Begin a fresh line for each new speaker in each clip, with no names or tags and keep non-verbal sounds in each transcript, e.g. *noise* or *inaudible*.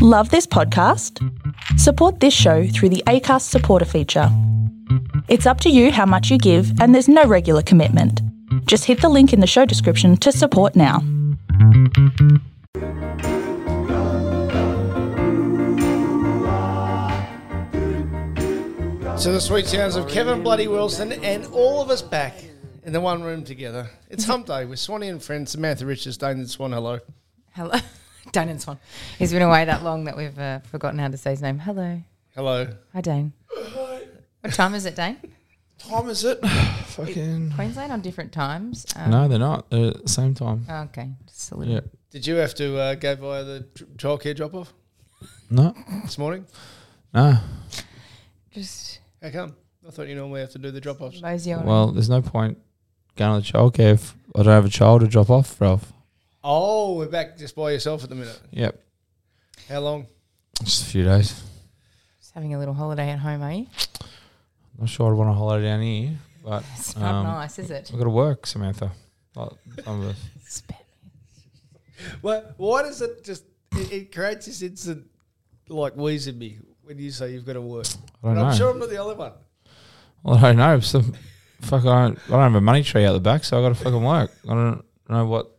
Love this podcast? Support this show through the ACAST supporter feature. It's up to you how much you give, and there's no regular commitment. Just hit the link in the show description to support now.
So the sweet sounds of Kevin Bloody Wilson and all of us back in the one room together. It's hump day with Swanee and friends, Samantha Richards, Dane and Swan, hello.
Hello. *laughs* Dane and Swan. He's been away that long that we've uh, forgotten how to say his name. Hello.
Hello.
Hi, Dane. What time is it, Dane?
time is it? Fucking.
Queensland on different times. Um,
No, they're not. They're at the same time.
Okay. Just a little.
Yeah.
Did you have to uh, go via the tr- childcare drop-off
No.
this morning?
No.
Just
How come? I thought you normally have to do the drop-offs.
mosey on.
Well, there's no point going to the childcare if I don't have a child to drop off, Ralph.
Oh, we're back just by yourself at the minute.
Yep.
How long?
Just a few days.
just having a little holiday at home, eh? are you?
Not sure I'd want a holiday down here, but
*laughs* It's not
Um,
nice, is
*laughs*
it?
I've got to work, Samantha. Like some of us.
Well, why does it just, it, it creates this instant like wheeze in me when you say you've got to work.
I don't
And I'm
know.
sure I'm not the only one.
Well, I don't know. Some, fuck, I don't, I don't have a money tree out the back, so i got to fucking work. I don't know what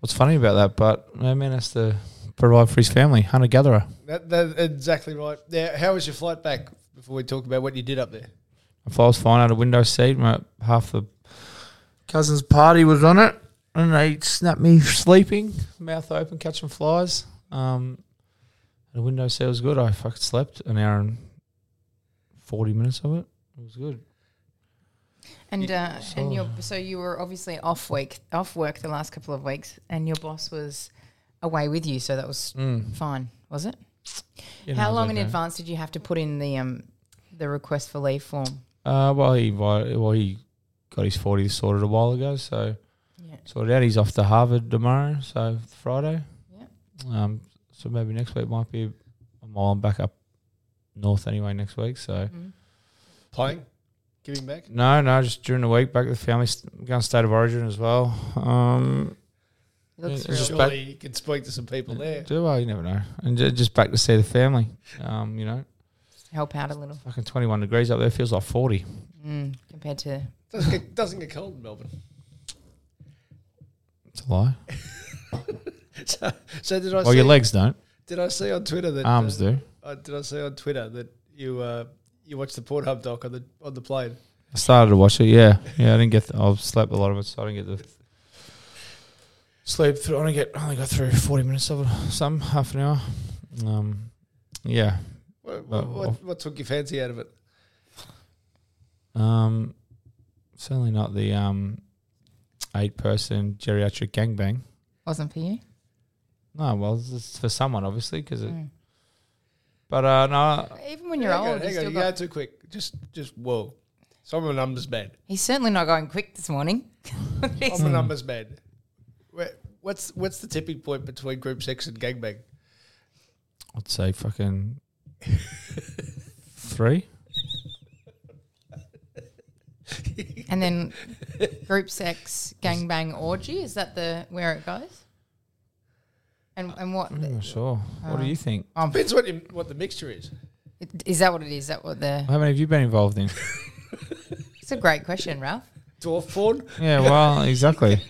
what's funny about that, but no man has to provide for his family, hunter gatherer.
That, that's exactly right. Now, how was your flight back before we talk about what you did up there?
If I was flying out a window seat, my half the cousin's party was on it, and they snapped me sleeping, mouth open, catching flies. Um, the window seat was good. I fucking slept an hour and forty minutes of it. It was good.
And uh, and
so-
your so you were obviously off week off work the last couple of weeks, and your boss was away with you, so that was fine, was it?
Mm. You know, it
How
was
long in
okay.
advance did you have to put in the um the request for leave form?
Uh, well, he invi- well he got his forty sorted a while ago, so
Yeah.
sorted out. He's off to Harvard tomorrow, so Friday.
Yeah.
Um, so maybe next week might be a mile back up north anyway next week. So
Mm.
Playing? Giving back?
no, no, just during the week back to the family. St- going state of origin as well. Um,
Looks
Yeah, it's
real.
just- Mm.
Surely you can speak to some people there.
do well, you never know, and ju- just back to see the family. Um, you know,
help out a little
fucking twenty one degrees up there feels like forty.
mm, compared to
Doesn't get, doesn't get cold in Melbourne. *laughs*
It's a lie.
So, so did I
Well,
see?
your legs don't,
Did I see on Twitter that
arms
uh,
do.
uh, did I see on Twitter that you uh, you watched the Pornhub doc on the on the plane?
I started to watch it. Yeah, yeah. I didn't get. The, I slept a lot of it, so I didn't get the sleep. Through, I only get. I only got through forty minutes of it. Some half an hour. Um, yeah.
What, what,
Oh,
what,
off-
what took your fancy out of it?
Um, certainly not the um eight person geriatric gangbang.
wasn't for you.
No, well, it's for someone obviously because it.
Mm.
But uh, no,
Even when you're
hang
old,
on,
he's,
hang on,
still
you
got,
go too quick. Just just whoa. So I'm a numbers man.
he's certainly not going quick this
*laughs*
morning.
I'm
Hmm.
a numbers man. Where, what's what's the tipping point between group sex and gangbang?
I'd say fucking *laughs* three.
and then group sex, gangbang orgy, is that the where it goes? And and what
I'm not sure. what do you think?
um,
Depends what you, what the mixture is.
is that what it is? Is that what the
How many have you been involved in?
It's a great question, Ralph.
Dwarf porn. *laughs*
yeah, well, exactly.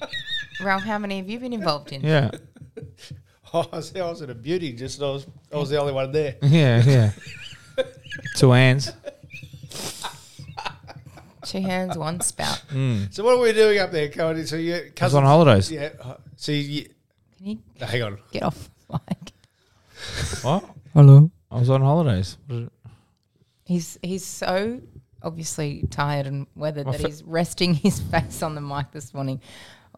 Ralph, how many have you been involved in?
Yeah.
Oh, I, see, I was at a beauty, just I was I was the only one there.
Yeah, yeah. Two hands.
Two hands, one spout.
Mm.
So what are we doing up there, Cody? So your
I was
cousin
on holidays.
Yeah. uh, So you,
Can you
no, hang on.
get off the mic?
What?
Hello.
I was on holidays. What did-
He's he's so obviously tired and weathered
My
that
fa-
he's resting *laughs* his face on the mic this morning.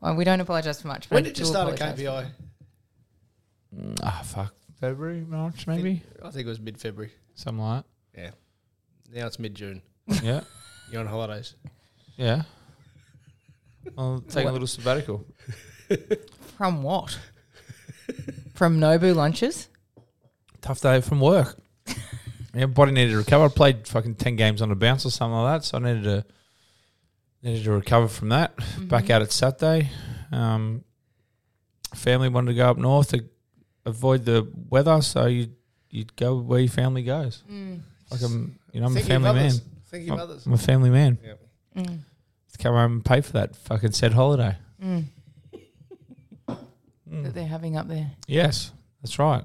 Uh, we don't apologise for much. but
When
I
did you
do
start
apologise.
at KPI?
Ah, fuck. February, March, maybe?
I think it was mid February.
Something like
Yeah. Now it's mid June.
that. Yeah.
You're on holidays.
Yeah. I'll take a little sabbatical.
From what? From Nobu lunches?
Tough day from work. Yeah, body needed to recover. I played fucking 10 games on a bounce or something like that, so I needed to needed to recover from that. Back out at Saturday. Um, family wanted to go up north to a avoid the weather, so you you'd go where your family goes.
Mm.
Like I'm, you know, I'm
Think
a
of
family man. Oh.
others. Think of
I'm,
others.
I'm a family man.
Yeah.
Mm.
Let's come home and pay for that fucking said holiday.
Mm.
Mm.
That they're having up there.
Yes, that's right.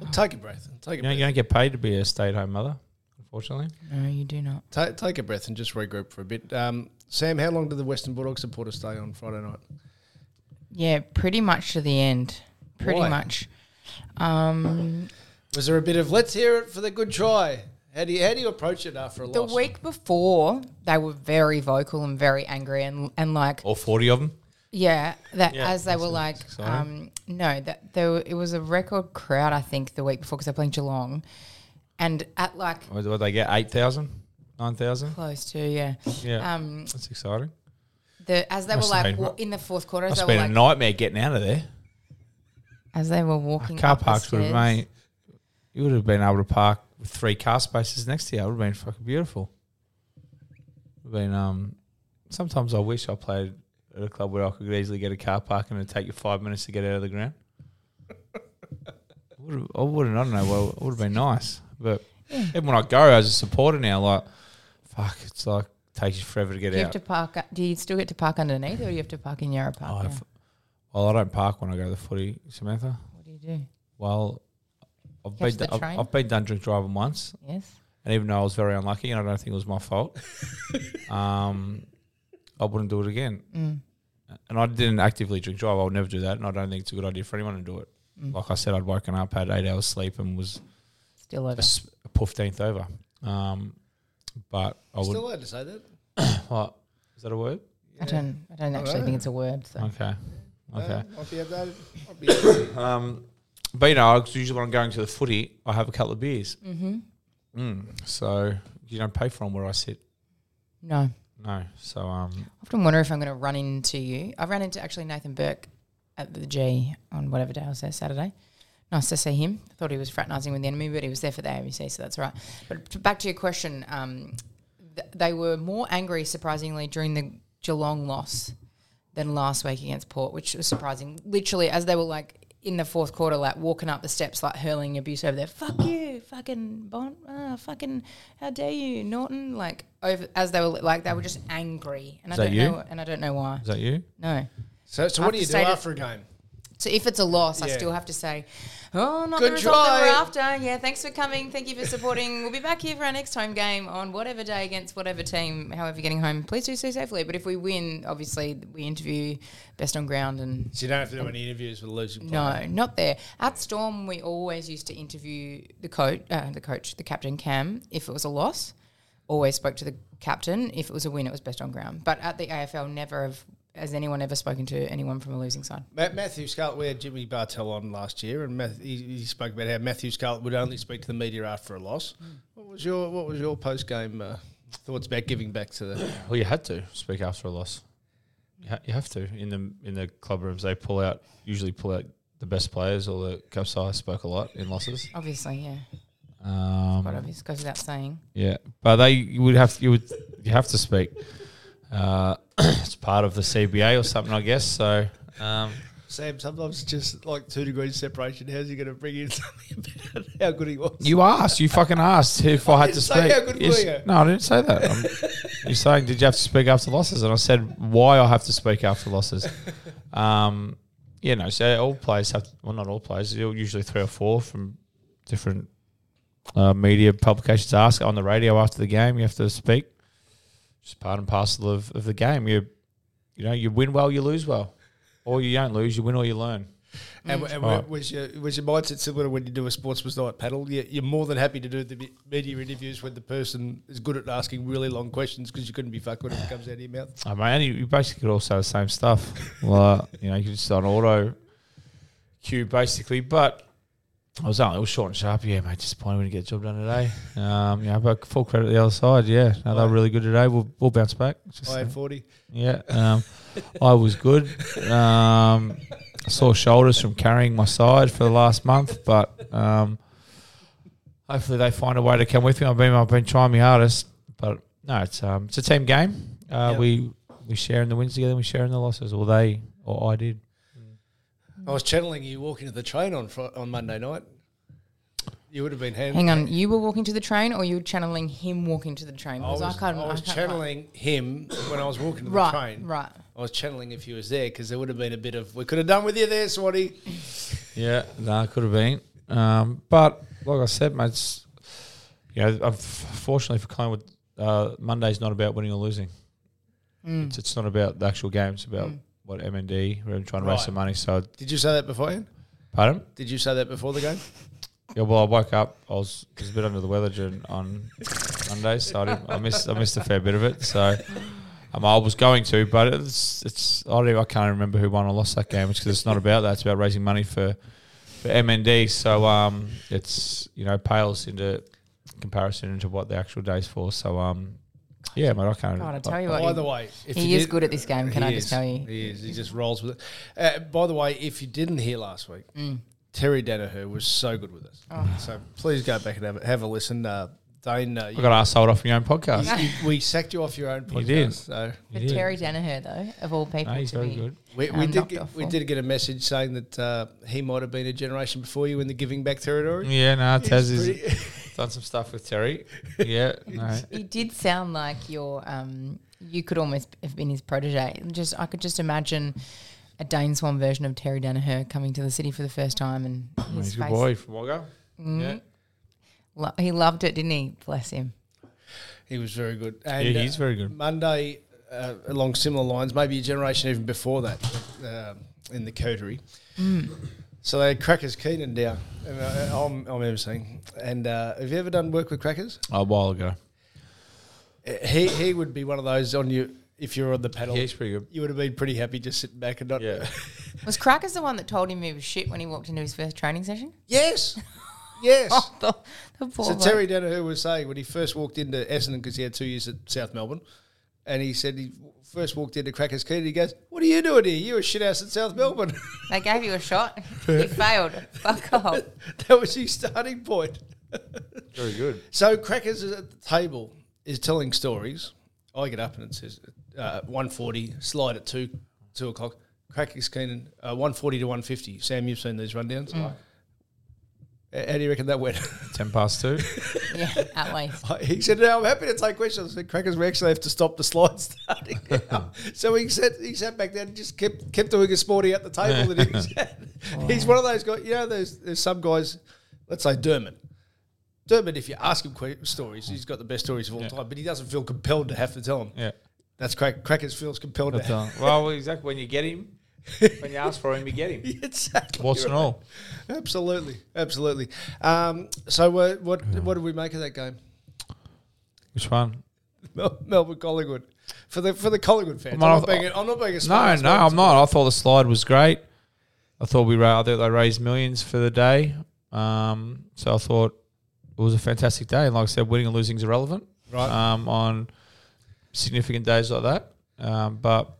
Well, take a breath. Take a
You know,
breath.
you don't get paid to be a stay-at-home mother, unfortunately.
No, you do not.
Ta take a breath and just regroup for a bit. Um, Sam, how long did the Western Bulldog supporters stay on Friday night?
Yeah, pretty much to the end. Pretty
Why?
much. Um,
Was there a bit of let's hear it for the good try? How do you how do you approach it after a
the
loss?
week before, they were very vocal and very angry and and like
All forty of them.
yeah, that
Yeah,
as they were like
that's
um, no, that there it was a record crowd I think the week before because they're playing Geelong, and at like
What what they get? Eight thousand, nine thousand.
close to yeah,
Yeah,
um,
that's exciting.
the as they were
Must have
like
been-
wa- in the fourth quarter as
Must
they
have
were
been a
like
nightmare getting out of there.
as they were
Our
walking
car
up the
parks would have
stairs.
made. You would have been able to park with three car spaces next to you. It would have been fucking beautiful. Would have been um. Sometimes I wish I played at a club where I could easily get a car park and it'd take you five minutes to get out of the ground. would have, I wouldn't. I don't know. Well, it would have been nice, but even when I go as a supporter now, like fuck, it's like takes you forever to get
Do you
out.
have to park? Do you still get to park underneath, or you have to park in Yarra Park?
Oh,
now?
I've- Well, I don't park when I go to the footy, Samantha.
What do you do?
Well, I've
Catch
been
the
I've,
train?
I've been done drink driving once,
Yes.
and even though I was very unlucky, and I don't think it was
*laughs*
my fault, um, I wouldn't do it again.
Mm.
And I didn't actively drink drive. I would never do that, and I don't think it's a good idea for anyone to do it.
Mm.
Like I said, I'd woken up, had eight hours sleep, and was
Still over.
a s- a fifteenth over. Um, but I
Still
would.
allowed to say that.
*laughs* What is that a word?
I don't. I don't actually
Alright.
think it's a word. So.
Okay. Okay.
Uh, might be outdated. Might
*laughs*
be outdated.
Um, but you know, I usually when I'm going to the footy, I have a couple of beers.
Mm-hmm.
Mm. So you don't pay for them where I sit.
No. I
No. So um,
often wonder if I'm going to run into you. I ran into actually Nathan Burke at the G on whatever day I was there Saturday. Nice to see him. I thought he was fraternising with the enemy, but he was there for the ABC, so that's all right. But t- back to your question, um, th- they were more angry, surprisingly, during the Geelong loss than last week against Port, which was surprising. Literally, as they were like in the fourth quarter, like walking up the steps, like hurling abuse over there. Fuck you, fucking Bond, ah, fucking, how dare you, Norton? Like over as they were like they were just angry, and
Is
I
that
don't
you?
know, and I don't know why.
is that you?
No.
so so what do
After
you do
stated-
after a game?
So if it's a loss, I
Yeah.
still have to say, oh, not
Good
the result that we're
try.
after. Yeah, thanks for coming. Thank you for supporting. we'll be back here for our next home game on whatever day against whatever team, however you're getting home. Please do so safely. But if we win, obviously we interview best on ground and
So you don't have to do any interviews with a losing player.
no, not there. At Storm, we always used to interview the coach, uh, the coach, the captain Cam. If it was a loss, always spoke to the captain. If it was a win, it was best on ground. But at the AFL, never have has anyone ever spoken to anyone from a losing side.
Ma- Matthew Scarlett, we had Jimmy Bartell on last year, and Math- he, he spoke about how Matthew Scarlett would only speak to the media after a loss. What was your What was your post game uh, thoughts about giving back to the?
Well, you had to speak after a loss. You, ha- you have to in the in the club rooms. They pull out usually pull out the best players or the cups. I spoke a lot in losses.
Obviously, yeah. Quite
Um,
obvious goes without saying.
yeah, but they you would have you would you have to speak. Uh, *coughs* it's part of the CBA or something, I guess. So. Um,
*coughs* Sam, sometimes it's just like two degrees separation. How's he going to bring in *laughs* something about how good he was?
You asked. You fucking asked if I, had
didn't
to
say
speak.
how good
Yes-
were you.
No, I didn't say that.
*laughs*
I'm- you're saying, did you have to speak after losses? And I said, why I have to speak after
*laughs*
losses. Um, yeah, no. So all players have. well, not all players. you're Usually three or four from different uh, media publications ask on the radio after the game. You have to speak. Just part and parcel of, of the game. You, you know, you win well, you lose well, or you don't lose. You win or you learn.
And, and
Right.
was your was your mindset similar to when you do a sportsman's night paddle? You, you're more than happy to do the me- media interviews when the person is good at asking really long questions because you couldn't be fucked when it comes out of your mouth.
I mean, you, you basically could all say the same stuff. like, you know, you could just do an auto cue basically. But I was only it was short and sharp. Yeah, mate, disappointed we didn't get the job done today. Um, you know, but full credit to the other side. Yeah, no, they were really good today. We'll, we'll bounce back. It's just-
I had forty.
yeah, um, I was good. Um, sore shoulders from carrying my side for the last month, but um, hopefully they find a way to come with me. I've been I've been trying my hardest, but no, it's um, it's a team game. Uh,
Yeah.
We we share in the wins together, we share in the losses. Well, they or I did.
I was channeling you walking to the train on Fri on Monday night. You would have been hand-
Hang on, you were walking to the train, or you were channeling him walking to the train?
I was,
Because I, can't.
I was
can't quite-
channeling him when I was walking to the
Right,
train.
right.
I was channeling if he was there because there would have been a bit of we could have done with you there, Swatty.
Yeah, no, it could have been. Um, but like I said, mate, it's, you know, unfortunately for Collingwood, uh, Monday's not about winning or losing. It's, it's not about the actual game. It's about what MND. We're trying to
Right.
raise some money. So,
Did you say that beforehand?
pardon?
Did you say that before the game?
Yeah, well, I woke up. I was, was a bit under the weather during, on Monday, so I, didn't, I missed I missed a fair bit of it. So um, I was going to, but it's it's I don't even, I can't remember who won or lost that game because it's not about that. It's about raising money for for MND. So um, it's you know pales into comparison into what the actual day's for. So um, yeah, mate, I can't.
God, I tell you what,
By
you-
the way, if
he
you
is
did-
good at this game. Can
He
I just
is.
tell you?
He is. He just rolls with it. Uh, by the way, if you didn't hear last week,
Mm.
Terry Danaher was so good with us.
Oh.
So please go back and have a, have a listen. Uh, Dane, uh,
I
you,
got asshole off your own podcast.
you- you- we sacked you off your own podcast.
You did.
So
But
You did.
Terry Danaher, though, of all people,
No, he's
to
very
be
good.
we,
um,
we did
knocked
get,
off
we
for.
did get a message saying that uh, he might have been a generation before you in the giving back territory.
Yeah, no, Taz
pretty-
has done some stuff with Terry. Yeah, no.
He did sound like your. Um, you could almost have been his protege. Just I could just imagine a Dane Swan version of Terry Danaher coming to the city for the first time, and his
He's a good
face.
boy from Wagga. Yeah.
Lo- he loved it, didn't he? Bless him.
He was very good. And,
Yeah, he's very good.
Monday, uh, along similar lines, maybe a generation even before that, um, in the coterie. So they had Crackers Keenan down. And uh, I, I'm, I'm ever saying, and uh, have you ever done work with Crackers?
A while ago.
Uh, He he would be one of those on you if you were on the pedal.
Yeah, he's pretty good.
You would have been pretty happy just sitting back and not.
Yeah.
Was Crackers the one that told him he was shit when he walked into his first training session?
*laughs*
*laughs*
yes, yes.
Oh, the, the poor
So
bloke.
Terry Danaher was saying when he first walked into Essendon because he had two years at South Melbourne, and he said he first walked into Crackers Keenan. He goes, "What are you doing here? You're a shithouse at South Melbourne." *laughs*
They gave you a shot. *laughs* you failed. Fuck off.
that was his starting point.
Very good.
So Crackers is at the table is telling stories. I get up and it says uh, one forty slide at two two o'clock. Crackers Keenan uh, one forty to one fifty. Sam, you've seen these rundowns.
Mm.
H- How do you reckon that went? *laughs*
Ten past *laughs* two.
Yeah, at least.
he said, "No, I'm happy to take questions." I said, Crackers, we actually have to stop the slide *laughs* starting. now." so he sat, he sat back down and just kept kept doing a sporty at the table that he was at. He's one of those guys. You know, there's there's some guys. Let's say Dermot. Dermot, if you ask him que- stories, he's got the best stories of all time, but he doesn't feel compelled to have to tell them.
Yeah.
That's crack, Crackers feels compelled to.
Well, well, exactly. When you get him, when you ask for him, you get *laughs* him.
*laughs* exactly.
What's and all?
Absolutely, absolutely. Um, so uh, what what did we make of that game?
Which one?
Mel- Melbourne Collingwood for the for the Collingwood fans. I'm
Well,
not
I-
being a, I'm not being a
No,
smart-
no, I'm not. I thought the slide was great. I thought we ra- I thought they raised millions for the day. Um, so I thought it was a fantastic day. And like I said, winning and losing is irrelevant.
Right.
Um, on significant days like that. Um, but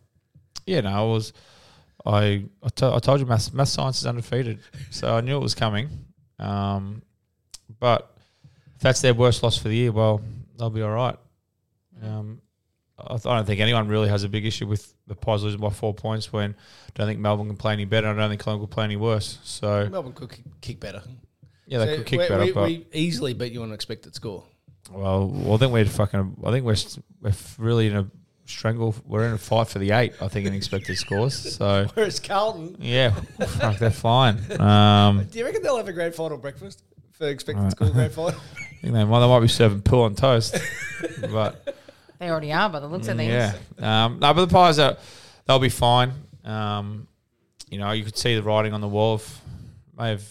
yeah, no, I was. I I to- I told you math math science is undefeated, so I knew it was coming. Um, but if that's their worst loss for the year. Well, they'll be all right. Um, I, th- I don't think anyone really has a big issue with the Pies losing by four points when I don't think Melbourne can play any better. and I don't think Collingwood can play any worse. So
Melbourne could kick, kick better.
yeah, they
So
could kick
we,
better.
We,
but
we easily beat you on expected score. *laughs*
well, well, I think we're fucking. I think we're s- we're f- really in a strangle. We're in a fight for the eight. I think in expected scores. So
Whereas Carlton,
yeah, fuck, they're flying. Um,
do you reckon they'll have a grand final breakfast for expected score
*laughs*
grand final?
I think they might, they might be serving pool on toast, but
They already are by the looks of things.
Mm, Yeah. Um, no, but the Pies are they'll be fine. Um, you know, you could see the writing on the wall. Of, may have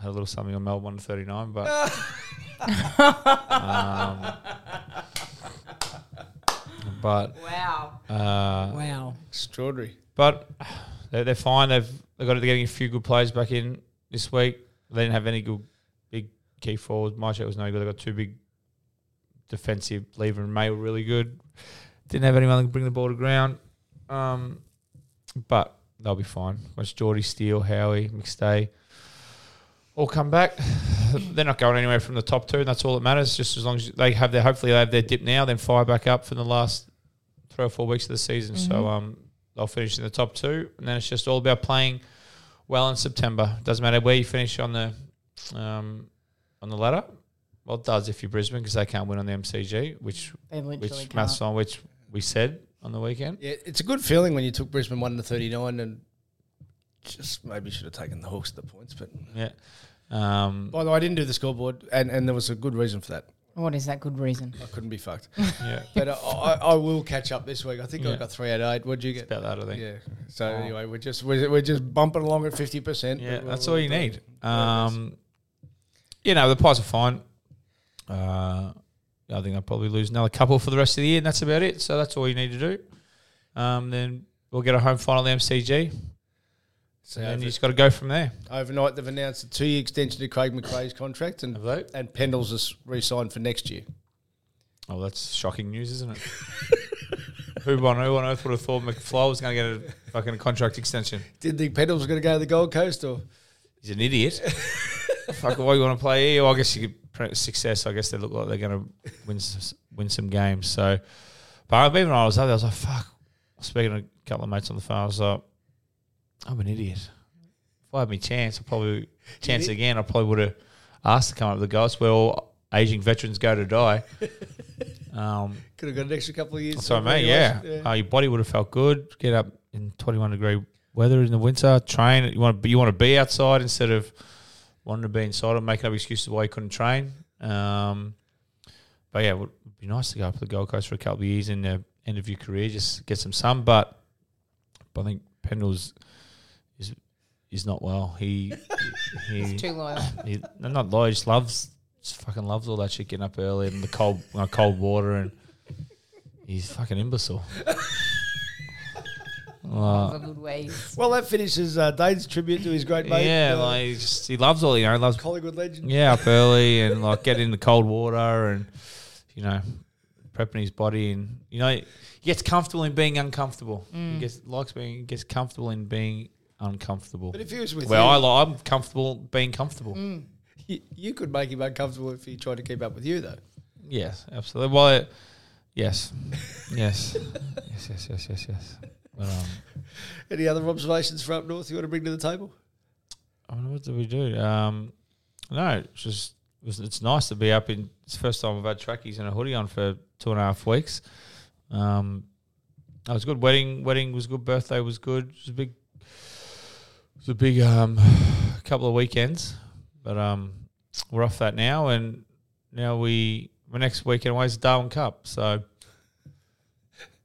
had a little something on Melbourne 39, but. um, but
Wow.
uh,
Wow.
Extraordinary.
but they're, they're fine. They've they got they're getting a few good players back in this week. They didn't have any good big key forwards. Marchant was no good. They got two big defensive lever and May were really good. Didn't have anyone that could bring the ball to ground. Um, but they'll be fine. Once Geordie Steele, Howie, McStay all come back. They're not going anywhere from the top two, and that's all that matters. Just as long as they have their hopefully they have their dip now, then fire back up from the last three or four weeks of the season. So um, they'll finish in the top two, and then it's just all about playing well in September. Doesn't matter where you finish on the um, on the ladder. Well, it does if you're Brisbane because they can't win on the MCG, which
They literally
which
can't.
must on which we said on the weekend.
Yeah, it's a good feeling when you took Brisbane one to thirty nine and just maybe should have taken the Hawks to the points. But
Yeah. Um,
by the way, I didn't do the scoreboard, and, and there was a good reason for that.
What is that good reason?
I couldn't be fucked.
yeah.
But I, I, I will catch up this week. I think I
Yeah.
got three out of eight. What'd you get?
About that, I think.
Yeah. So anyway, we're just we're, we're just bumping along at fifty percent.
Oh. Yeah, that's all you need. Um, you know, the Pies are fine. Uh, I think I'll probably lose another couple for the rest of the year, and that's about it. So that's all you need to do. Um, then we'll get a home final at the MCG,
So
and
over-
you just got to go from there.
overnight, they've announced a two-year extension to Craig McRae's contract, and
Have they?
and Pendles is re-signed for next year.
Oh, that's shocking news, isn't it? who, on, who on earth would have thought McFly was going to get a fucking contract extension?
Did think Pendles was going to go to the Gold Coast or?
He's an idiot. *laughs* Fuck, why you want to play here? Well, I guess you could print success. I guess they look like they're going to win s- win some games. So, but even when I was up there, I was like, fuck. Speaking to a couple of mates on the phone, I was like, I'm an idiot. If I had my chance, I probably chance again. I probably would have asked to come up with the goals where all aging veterans go to die. Um,
Could have got an extra couple of years.
so,
of
mate, yeah.
regulation.
Oh, your body would have felt good. Get up in 21 degree weather in the winter. Train. You want to be, you want to be outside instead of wanting to be inside and making up excuses why you couldn't train. Um, but yeah, it would be nice to go up to the Gold Coast for a couple of years in the end of your career, just get some sun. But, but I think Pendle's is is not well. He
*laughs*
he
Too loyal.
he, no, not low. He just loves, just fucking loves all that shit. Getting up early and the cold, uh, cold water, and he's fucking imbecile.
for good ways.
Well, that finishes uh, Dane's tribute to his great mate.
yeah,
uh,
like he just he loves all you know. Loves
Collingwood legend.
yeah, up early and like get in the cold water and you know prepping his body and you know he gets comfortable in being uncomfortable.
Mm.
He gets likes being he gets comfortable in being uncomfortable.
But if Mm. he was with
well,
you, hmm,
I li- I'm comfortable being comfortable.
you, you could make him uncomfortable if he tried to keep up with you, though.
Yes, absolutely. Well, it, yes,
*laughs*
yes, yes, yes, yes, yes, yes. But, um,
Any other observations from up north you want to bring to the table?
I mean, what did we do? Um, no, it's just it was, it's nice to be up in. It's the first time I've had trackies and a hoodie on for two and a half weeks. Um, that was good. Wedding, wedding was good. Birthday was good. It was a big, it was a big um, *sighs* couple of weekends, but um, we're off that now, and now we my next weekend away is Darwin Cup, so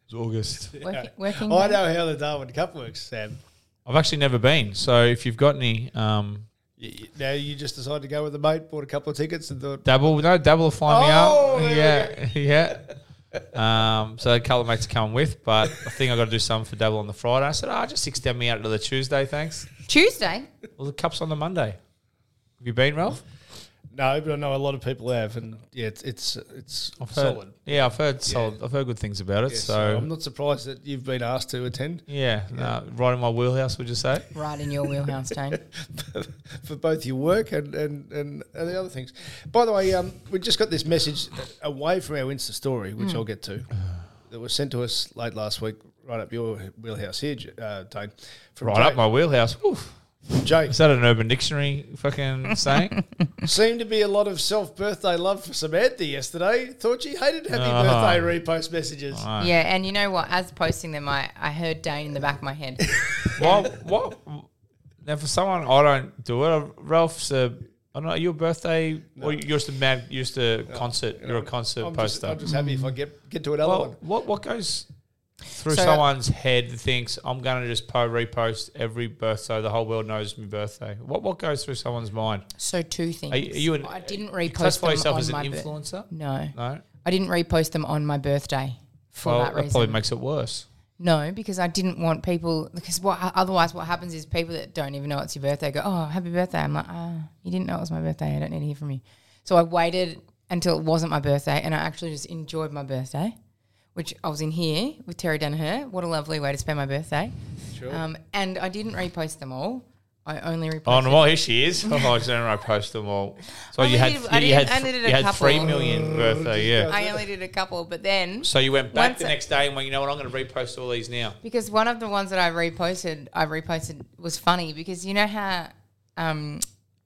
it's August.
Working, working
Oh, I
days.
know how the Darwin Cup works, Sam.
I've actually never been, so if you've got any, um,
Y- y- Now you just decided to go with the mate, bought a couple of tickets, and thought,
Dabble, no, Dabble will fly
Oh,
me out. Yeah, *laughs* yeah. Um, so a couple of mates are coming with, but I think I got to do something for Dabble on the Friday. I said, ah, just extend me out to the Tuesday, thanks.
Tuesday.
Well, the cup's on the Monday. Have you been, Ralph?
no, but I know a lot of people have, and yeah, it's it's it's
I've heard,
solid.
Yeah, I've heard solid. I've heard good things about it.
Yeah,
so,
I'm not surprised that you've been asked to attend
yeah, no, right in my wheelhouse, would you say?
Right in your *laughs* wheelhouse, Dane.
for both your work and and, and and the other things. By the way, um, we just got this message away from our Insta story,
Hmm.
which I'll get to, that was sent to us late last week, right up your wheelhouse here, J- uh, Dane. From
Right up my wheelhouse. Oof.
my Jake.
*laughs* Is that an Urban Dictionary
*laughs*
fucking saying?
Seemed to be a lot of self birthday love for Samantha yesterday. Thought she hated happy
Oh.
birthday repost messages.
Uh.
Yeah, and you know what? As posting them, I, I heard Dane in the back of my head.
Well, what? Now, for someone I don't do it. Ralph's a. I don't know your birthday or you're just a mad. You're just a concert. You're a concert
I'm just,
poster.
I'm just happy if I get get to another one.
well, what what goes through
So- uh,
someone's head that thinks I'm going to just po repost every birth so the whole world knows my birthday? What what goes through someone's mind?
So two things.
Are you, are you an,
I didn't
you
repost
classify
them
yourself
on
as an
my Mm. bir-
influencer?
No,
No.
I didn't repost them on my birthday for
Well,
that reason.
probably makes
*laughs*
it worse.
No, because I didn't want people. Because what otherwise, what happens is people that don't even know it's your birthday go, "Oh, happy birthday!" I'm like, "Ah, you didn't know it was my birthday. I don't need to hear from you." So I waited until it wasn't my birthday, and I actually just enjoyed my birthday, which I was in here with Terry Danaher. What a lovely way to spend my birthday! Sure. Um, and I didn't repost them all. I only
Oh,
reposted.
no, well, here she
*laughs*
is. *laughs* Oh, I just don't know, I post them all. So
I
you had,
needed- I
th- you had,
didn't- I
th-
needed
you
a
had three
couple.
Mm,
million worth, uh, yeah.
I only did a couple, but then
So you went back
Once
the
it-
next day and went, you know what, I'm going to repost all these now.
because one of the ones that I reposted, I reposted was funny because you know how um,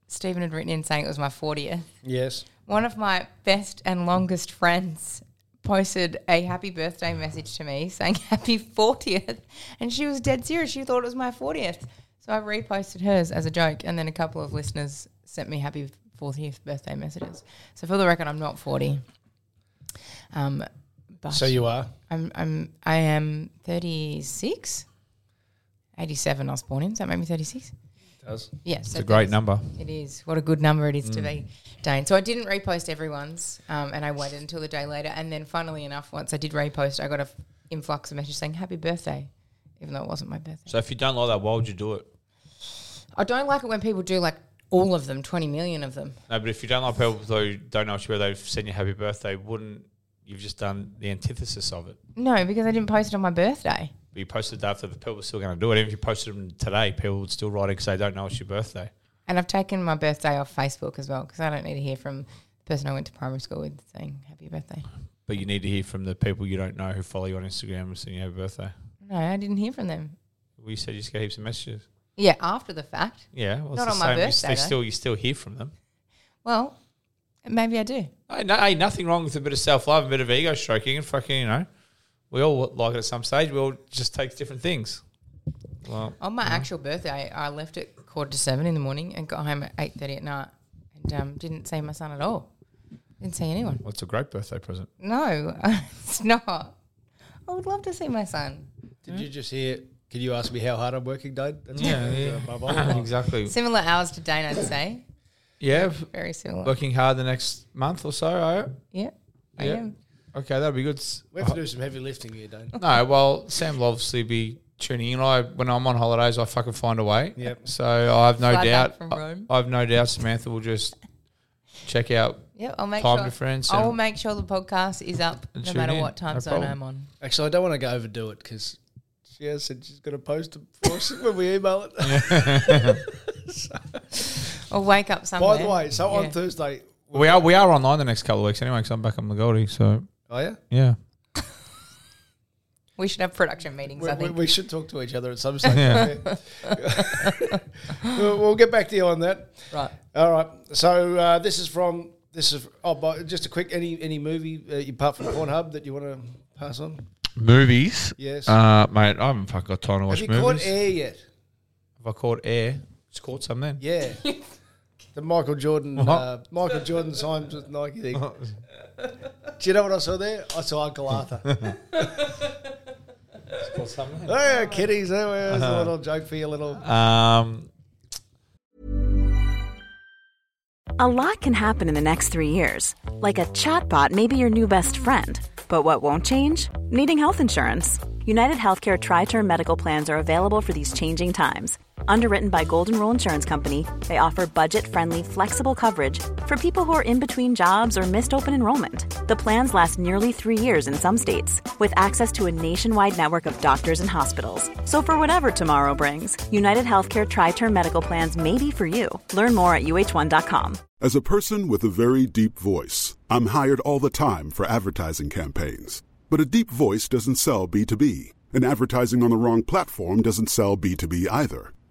Stephen had written in saying it was my fortieth.
Yes.
One of my best and longest friends posted a happy birthday message to me saying happy 40th. And she was dead serious. She thought it was my 40th. So I reposted hers as a joke. And then a couple of listeners sent me happy 40th birthday messages. So for the record, I'm not 40. Um, but
So you are.
I'm, I'm, I am 36. 87 I was born in. Does that make me 36?
Does.
Yes. It's
number.
it is. What a good number it is to be, Dane. So I didn't repost everyone's, um, and I waited until the day later. And then, funnily enough, once I did repost, I got an influx of messages saying "Happy birthday," even though it wasn't my birthday.
So if you don't like that, why would you do it?
I don't like it when people do like all of them, twenty million of them.
No, but if you don't like people who don't know what you are, they've sent you happy birthday, wouldn't you've just done the antithesis of it?
No, because I didn't post it on my birthday.
But you posted that after the people were still going to do it. Even if you posted them today, people would still write it because they don't know it's your birthday.
And I've taken my birthday off Facebook as well because I don't need to hear from the person I went to primary school with saying happy birthday.
But you need to hear from the people you don't know who follow you on Instagram and send you happy birthday.
No, I didn't hear from them.
Well, you said you just get heaps of messages.
Yeah, after the fact.
Yeah, well, it's
Not
the
on my
same. You s-
birthday,
They
though.
still, you still hear from them.
Well, maybe I do.
Hey, no, hey, nothing wrong with a bit of self love, a bit of ego stroking, and fucking, you know, we all like it at some stage. We all just take different things. Well,
On my actual birthday, I left at quarter to seven in the morning and got home at eight thirty at night, and um, didn't see my son at all. Didn't see anyone.
what's a great
*laughs*
birthday present?
No, it's not. I would love to see my son.
Did you just hear? Can you ask me how hard I'm working, Dave? That's
Yeah, yeah.
blah, blah, blah. *laughs*
*laughs* exactly.
Similar hours to Dane, I'd say.
Yeah,
Very similar.
working hard the next month or so. I hope.
yeah, I
Yeah.
am.
Okay, that'd be good. S-
We have to do some heavy lifting here, Dane.
No, well, Sam will obviously be tuning in. I when I'm on holidays, I fucking find a way.
Yep.
So I have no
Fly back
doubt.
from Rome.
I, have no doubt Samantha will just check out.
Yeah, I'll make
Time
sure.
difference
I will
and-
make sure the podcast is up
And
no
tune
matter
in,
what time
no
zone
problem.
I'm on.
*laughs* Actually, I don't want to go overdo it because she has said she's going to post it for us when we email it.
Or wake up somewhere.
By the way, so
Yeah.
on Thursday,
We are we are online the next couple of weeks anyway because I'm back on the Goldie. So
oh yeah,
yeah, *laughs*
we should have production meetings.
we,
I
we,
think.
we should talk to each other at some stage. *laughs* we'll, we'll get back to you on that.
right.
All right. So uh, this is from this is oh, but just a quick any any movie uh, apart from Pornhub that you want to pass on?
movies.
Yes.
Uh, mate, I haven't fucking got time to watch
Have you
movies.
caught air yet?
Have I caught air? It's caught some then.
Yeah. the Michael Jordan, uh, Michael Jordan signs with Nike thing. Do you know what I saw there? I saw Uncle
*laughs*
Arthur.
Caught some then.
oh, kiddies, there was
Uh-huh.
a little joke for you, little.
Um,
A lot can happen in the next three years. Like a chatbot may be your new best friend. But what won't change? Needing health insurance. United Healthcare Tri Term Medical Plans are available for these changing times. Underwritten by Golden Rule Insurance Company, they offer budget friendly, flexible coverage for people who are in between jobs or missed open enrollment. The plans last nearly three years in some states, with access to a nationwide network of doctors and hospitals. So, for whatever tomorrow brings, United Healthcare Tri Term Medical Plans may be for you. Learn more at uh1.com.
As a person with a very deep voice, I'm hired all the time for advertising campaigns. But a deep voice doesn't sell B2B, and advertising on the wrong platform doesn't sell B2B either.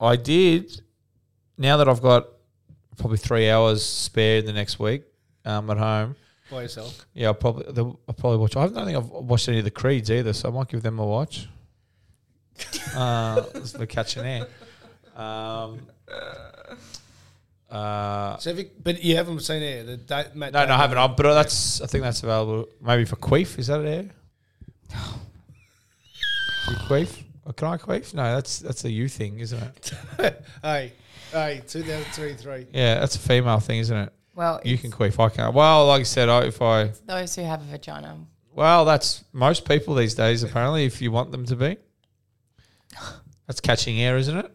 I did. Now that I've got probably three hours spare the next week um, at home,
by yourself.
Yeah, I'll probably the, I'll probably watch. I don't think I've watched any of the Creeds either, so I might give them
*laughs*
a watch. uh, just for catching air. Um, uh,
So, have you, but you haven't seen air. The da- Matt
no, no, I
Damon-
haven't. I, but that's I think that's available maybe for Queef. Is that it? You queef? Oh, can I queef? No, that's that's a you thing, isn't it?
Hey, hey, 2023.
Yeah, that's a female thing, isn't it?
Well,
You
it's
can queef. I can't. Well, like I said, I, if I
those who have a vagina.
Well, that's most people these days, apparently, if you want them to be. That's catching air, isn't it?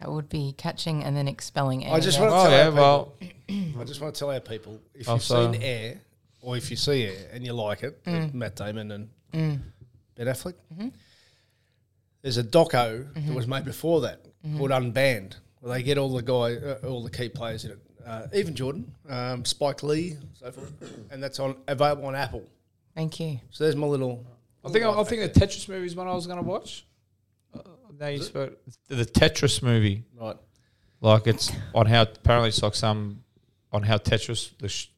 That would be catching and then expelling air.
I just
yeah.
want to
Oh,
tell
yeah,
our people,
well,
I just want to tell our people if
Oh,
you've
so-
seen Air or if you see Air and you like it, Matt Damon and Ben Affleck, there's a doco that was made before that called Unbanned, where they get all the guy, uh, all the key players in it, uh, even Jordan, um, Spike Lee, so forth, and that's on available on Apple.
Thank you.
So there's my little.
I think I, think the Tetris movie is one I was going to watch. now you spoke the Tetris movie,
Right.
like it's on how apparently it's like some on how Tetris the sh-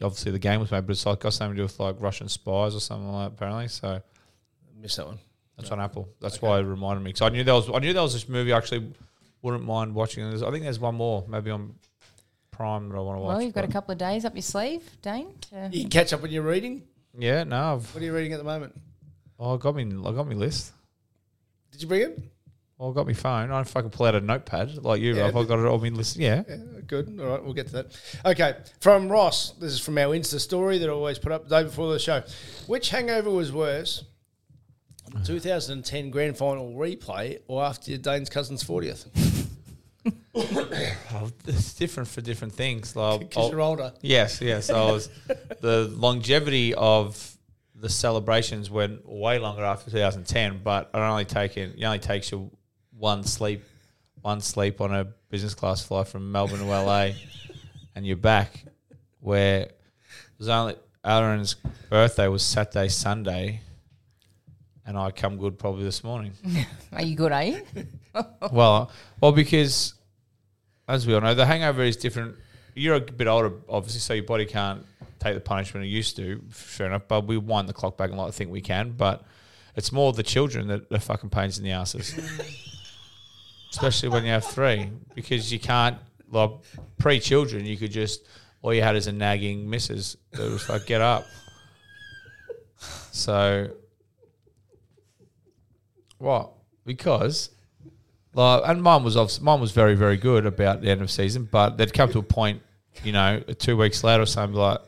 obviously the game was made, but it's like got something to do with like Russian spies or something like that, apparently. So
Missed that one.
that's on Apple. That's why it reminded me because I knew there was I knew there was this movie I actually wouldn't mind watching. There's, I think there's one more maybe on Prime that I want to watch.
Well, you've got a
but-
couple of days up your sleeve, Dane. to-
You can catch up when you're reading.
Yeah, no, I've
What are you reading at the moment?
Oh, I got me. I got me list.
Did you bring it?
Oh, I got me phone. I don't fucking pull out a notepad like you,
Yeah,
Ralph. I got it all me list. Yeah.
Yeah, good. All right, we'll get to that. Okay, from Ross. This is from our Insta story that I always put up the day before the show. Which hangover was worse, 2010 grand final replay or after your Dane's cousin's 40th?
Oh, it's different for different
*laughs*
things. Like,
Because
oh,
you're older.
yes, yes. I was the longevity of the celebrations went way longer after 2010, but I only taken it only takes you one sleep, one sleep on a business class flight from Melbourne to LA, and you're back. Where it was only Aaron's birthday was Saturday, Sunday, and I come good probably this morning.
Are you good, are you?
Well, well, because as we all know, the hangover is different. You're a bit older, obviously, so your body can't take the punishment it used to. Fair enough, but we wind the clock back and like think we can. But it's more the children that are fucking pains in the asses, especially when you have three, because you can't like pre children. You could just all you had is a nagging missus that was like get up. So what? Because like, and mine was obviously, mine was very very good about the end of season, but they'd come to a point, you know, two weeks later or something like,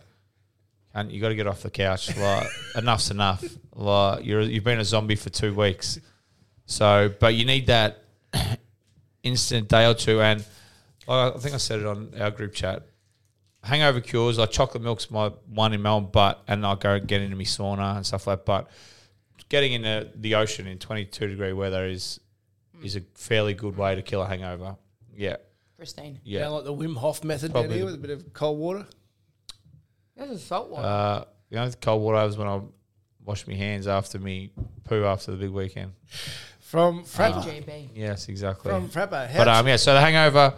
and you got to get off the couch. Like *laughs* enough's enough. Like you're you've been a zombie for two weeks, so but you need that *clears throat* instant day or two. And like, I think I said it on our group chat. Hangover cures like chocolate milk's my one in Melbourne, but and I go and get into my sauna and stuff like that. But getting into the ocean in 22 degree weather is is a fairly good way to kill a hangover. Yeah,
*laughs* Christine.
Yeah.
yeah.
like the Wim Hof method down
Probably
here
the-
with a bit of cold water.
This is salt water.
Uh, you know, the cold water was when I washed my hands after me poo after the big weekend.
From
Ah.
Frapper.
GB.
Yes, exactly.
from Frapper. How
but um, yeah. So the hangover,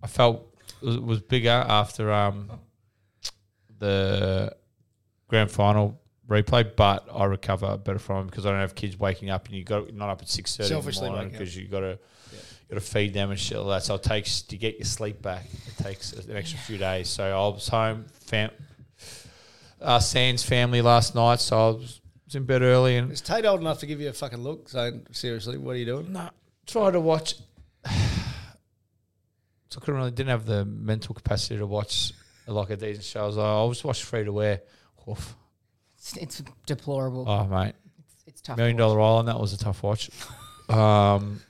I felt was, was bigger after um, the grand final replay, but I recover better from it because I don't have kids waking up and you got not up at six thirty
Selfishly waking up.
because you got to. Got to feed them and shit like that. So it takes to get your sleep back. It takes an extra few days. So I was home, fam- uh, Sans family last night. So I was, was in bed early and
is Tate old enough to give you a fucking look saying, seriously, what are you doing?
no, try to watch. *sighs* so I couldn't really didn't have the mental capacity to watch like a decent show. I was like, I always watch free to wear. Oof.
It's, it's deplorable.
Oh mate,
it's tough. to
Million
watch.
Dollar Island. That was a tough *laughs* watch. um,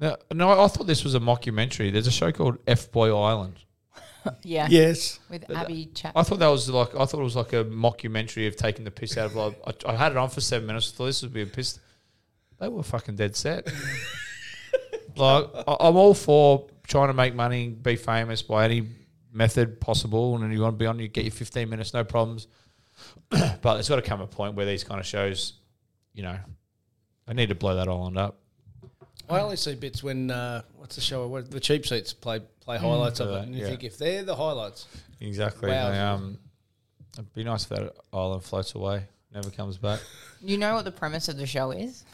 no, no, I thought this was a mockumentary. There's a show called F Boy Island.
Yeah.
Yes.
With Abby Chat.
I thought that was like I thought it was like a mockumentary of taking the piss out of like I, I had it on for seven minutes. I thought this would be a piss. They were fucking dead set. like I, I'm all for trying to make money, be famous by any method possible, and you want to be on, you get your 15 minutes, no problems. *clears throat* but there's got to come a point where these kind of shows, you know, I need to blow that island up.
I only see bits when, uh, what's the show? What, the cheap seats play play highlights of
Uh,
it. And you
yeah.
think, if they're the highlights,
Exactly.
Wow.
They, um, it'd be nice if that island floats away, never comes back.
You know what the premise of the show is?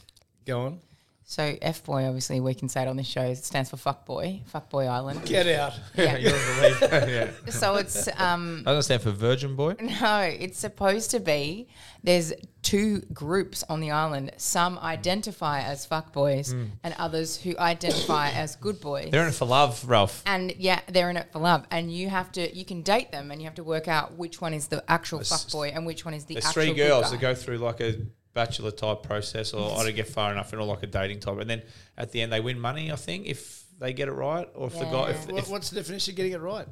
Go on.
So F boy, obviously, we can say it on this show. It stands for fuck boy, fuck boy island.
Get
*laughs*
out.
Yeah.
yeah.
so it's um
I understand for Virgin Boy.
*laughs* no, it's supposed to be. There's two groups on the island. Some identify as fuck boys, and others who
*coughs*
identify as good boys.
Hmm. They're in it for love, Ralph.
and yeah, they're in it for love. And you have to, you can date them, and you have to work out which one is the actual fuck boy and which one is the
There's
actual
three
good
girls
guy.
that go through like a bachelor type process, or I don't get far enough, and all like a dating type. And then at the end, they win money, I think, if they get it right, or if the guy, if,
What,
if
what's the definition of getting it right?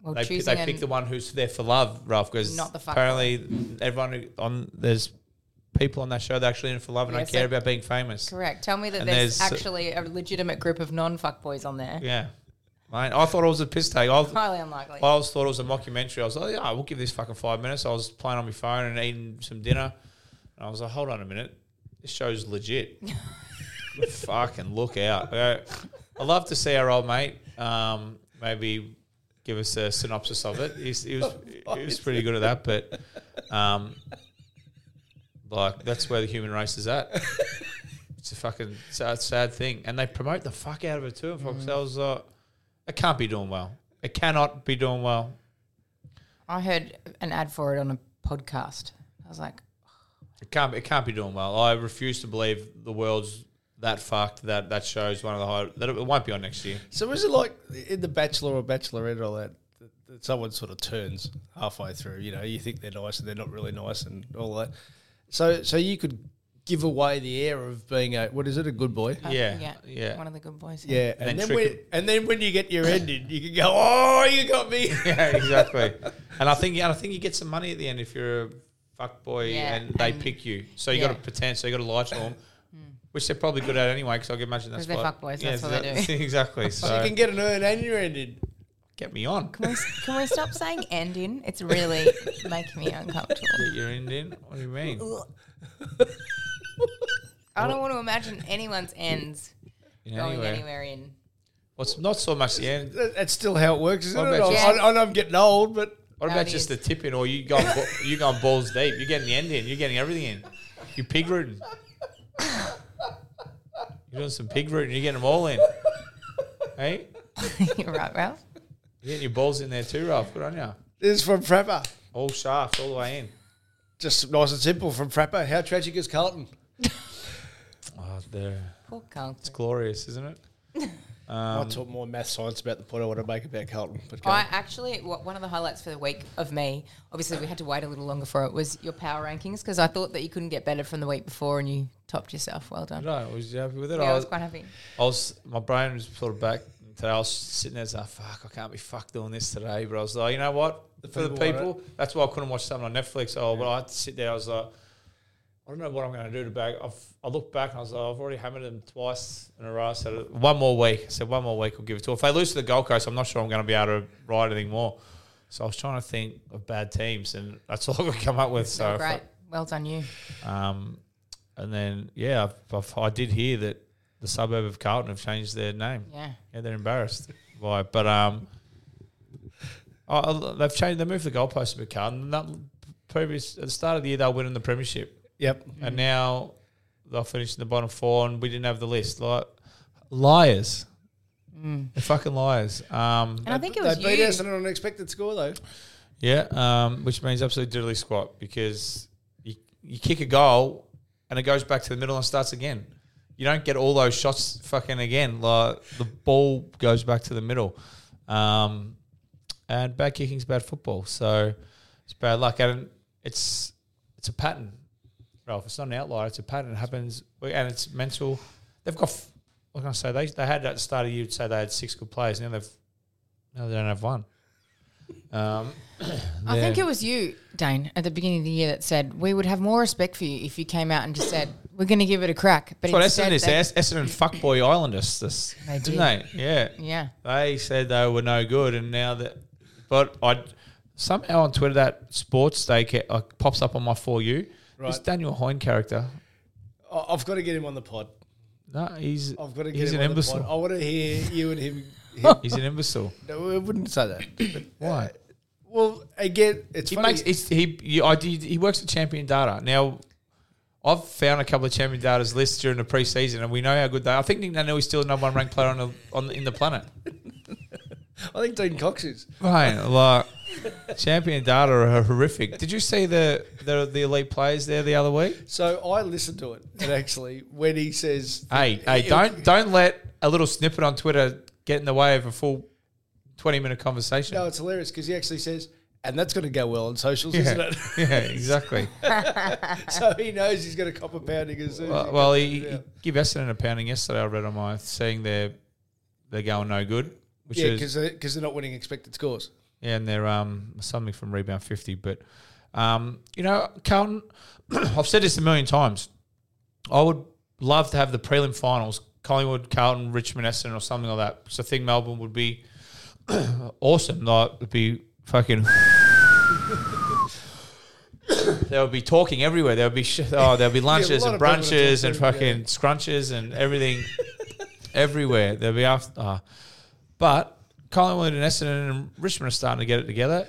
Well,
they, pick,
choosing
they pick
and-
the one who's there for love, Ralph. Because
Not the fuck
apparently, everyone who- on there's people on that show they're actually in it for love and
Yeah,
don't care
so-
about being famous.
Correct. Tell me that
And
there's,
there's- uh,
actually a legitimate group of non fuck boys on there.
Yeah, mate. I thought it was a piss take. I,
Highly unlikely.
I always thought it was a mockumentary. I was like, yeah, we'll give this fucking five minutes. I was playing on my phone and eating some dinner. And I was like, hold on a minute. This show's legit. fucking look out. Uh, I love to see our old mate um, maybe give us a synopsis of it. He's, he, was, he was pretty good at that, but um, like, that's where the human race is at. It's a fucking sad, sad thing. And they promote the fuck out of it too. And for themselves, uh, it can't be doing well. It cannot be doing well.
I heard an ad for it on a podcast. I was like,
It can't. It can't be doing well. I refuse to believe the world's that fucked. That that shows one of the high. That it won't be on next year.
So is it like in The Bachelor or Bachelorette and all that, that, that someone sort of turns halfway through? You know, you think they're nice and they're not really nice and all that. So so you could give away the air of being a, what is it, a good boy?
Yeah,
yeah,
yeah.
one of the good boys.
Yeah, and,
And then
then,
trick
when, and then *laughs* when you get your
*laughs*
ending, you can go, oh, you got me.
Yeah, exactly. and I think and I think you get some money at the end if you're a fuck boy
Yeah,
and they
and-
pick you. So you
yeah.
got to pretend. So you got to lie to them, which they're probably good at anyway. Because I can imagine that's
'Cause they're
what-
fuck boys, that's
so
what they do.
*laughs* exactly. So,
So *laughs* you can get an earn and your ending.
get me on.
Can we, can we stop saying ending? It's *laughs* really making me uncomfortable.
Get your end in. What do
*laughs*
you mean?
I don't want to imagine anyone's ends
In
going
anywhere.
anywhere in.
What's not so much the end.
That- That's still how it works, isn't
What
it?
about
I,
you-
I, I know I'm getting old, but
What
That
about just the
is-
tipping, or you going ba- you going balls deep? You're getting the end in. You're getting everything in. You're pig rooting. You're doing some pig rooting. You're getting them all in. Hey,
You're *laughs* right, Ralph.
you're getting your balls in there too, Ralph. Good on you.
this is from Frapper.
All shafts, all the way in.
Just nice and simple from Frapper. How tragic is Carlton?
Oh, there.
Poor Carl.
It's glorious, isn't it?
I taught more math science about the point I want to make about Carlton. But go
I
on.
actually, what, one of the highlights for the week of me, obviously we had to wait a little longer for it, was your power rankings because I thought that you couldn't get better from the week before and you topped yourself. Well done.
No, was you happy with it?
Yeah, I was
I-
quite happy.
I was my brain was sort of back today. I was sitting there saying, "Fuck, I can't be fucked doing this today." But I was like, you know what? For the
people want
people, that's why I couldn't watch something on Netflix. Oh, but I had to sit there. I was like, I don't know what I'm going to do to back. I've, I looked back and I was like, I've already hammered them twice in a row. So one more week. I said one more week. We'll give it to. 'em. If they lose to the Gold Coast, I'm not sure I'm going to be able to ride anything more. So I was trying to think of bad teams, and that's *laughs* all I could come up with. So if I-
Great. Well done, you.
um, and then, yeah, I've, I've, I did hear that the suburb of Carlton have changed their name.
Yeah.
Yeah, they're embarrassed by it. But um, I, I- they've changed. They moved the goalpost a bit, Carlton. That previous at the start of the year, they were winning the premiership,
yep.
and now they're finishing the bottom four, and we didn't have the list. Like liars, they're fucking liars. Um,
And I think it
They
was
beat
you.
us in an unexpected score, though.
yeah, um, which means absolute diddly squat because you, you kick a goal and it goes back to the middle and starts again. You don't get all those shots fucking again. Like the ball goes back to the middle, um, and bad kicking's bad football. So it's bad luck, and it's it's a pattern, Ralph. It's not an outlier. It's a pattern. It happens, and it's mental. They've got. f- What can I say? They they had at the start of the year, you'd say they had six good players. Now they've now they don't have one. Um,
I think it was you, Dane, at the beginning of the year that said we would have more respect for you if you came out and just said we're going to give it a crack. But
That's what
instead
Essendon is.
they-
Es- Essendon fuckboy Islanders. This,
They
didn't they? Yeah.
Yeah.
They said they were no good, and now that. But I somehow on Twitter that sports day ca- uh, pops up on my for you. This
Right.
Daniel Hine character.
I- I've got to get him on the pod.
No, he's
I've got to get
he's
him
an
on the pod. Oh. I
*laughs*
imbecile.
want to hear you and him. *laughs*
He's an imbecile.
no, I wouldn't say that.
Why?
Well, again, it's
He
funny.
makes it's, he. You, I did. He works at Champion Data now. I've found a couple of Champion Data's lists during the preseason, and we know how good they. are. I think Nick Nanu is still the number one ranked player on the on the, in the planet.
I think Dean Cox is.
Right, like Champion Data are horrific. Did you see the the, the elite players there the other week?
So I listened to it, and actually, when he says,
Hey, hey, don't don't let a little snippet on Twitter get in the way of a full twenty minute conversation.
No, it's hilarious because he actually says, and that's going to go well on socials, isn't
yeah,
it?
*laughs*
*laughs*
yeah, exactly.
so he knows he's going to cop a pounding as soon as
Well,
he comes
well he,
out.
he gave Essendon a pounding yesterday. I read on my seeing they're they're going no good, which
yeah,
is
because they're, 'cause they're not winning expected scores.
yeah, and they're um something from rebound fifty. But um, you know, Carlton, *clears throat* I've said this a million times. I would love to have the prelim finals, Collingwood, Carlton, Richmond, Essendon, or something like that. So I think Melbourne would be *clears throat* awesome. Like it'd be fucking. *laughs* There would be talking everywhere. There would be sh- oh, there
*laughs*
would be lunches
lot
and
of people to
brunches
talk
and
to,
fucking scrunches
*laughs*
and everything, everywhere. There'll be after, ah. but Collingwood and Essendon and Richmond are starting to get it together.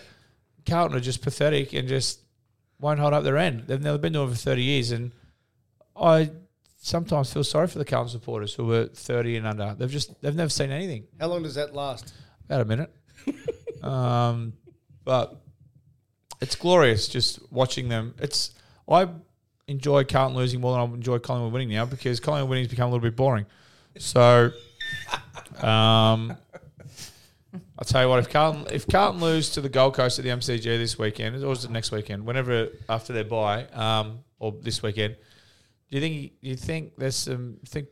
Carlton are just pathetic and just won't hold up their end. They've never been doing it for thirty years, and I sometimes feel sorry for the Carlton supporters who were thirty and under. They've just they've never seen anything
How long does that last?
about a minute. um, but it's glorious just watching them. It's I enjoy Carlton losing more than I enjoy Collingwood winning now because Collingwood winning's become a little bit boring. So, um, I'll tell you what if Carlton if Carlton lose to the Gold Coast at the MCG this weekend or is it next weekend, whenever after their bye, um, or this weekend, do you think you think there's some think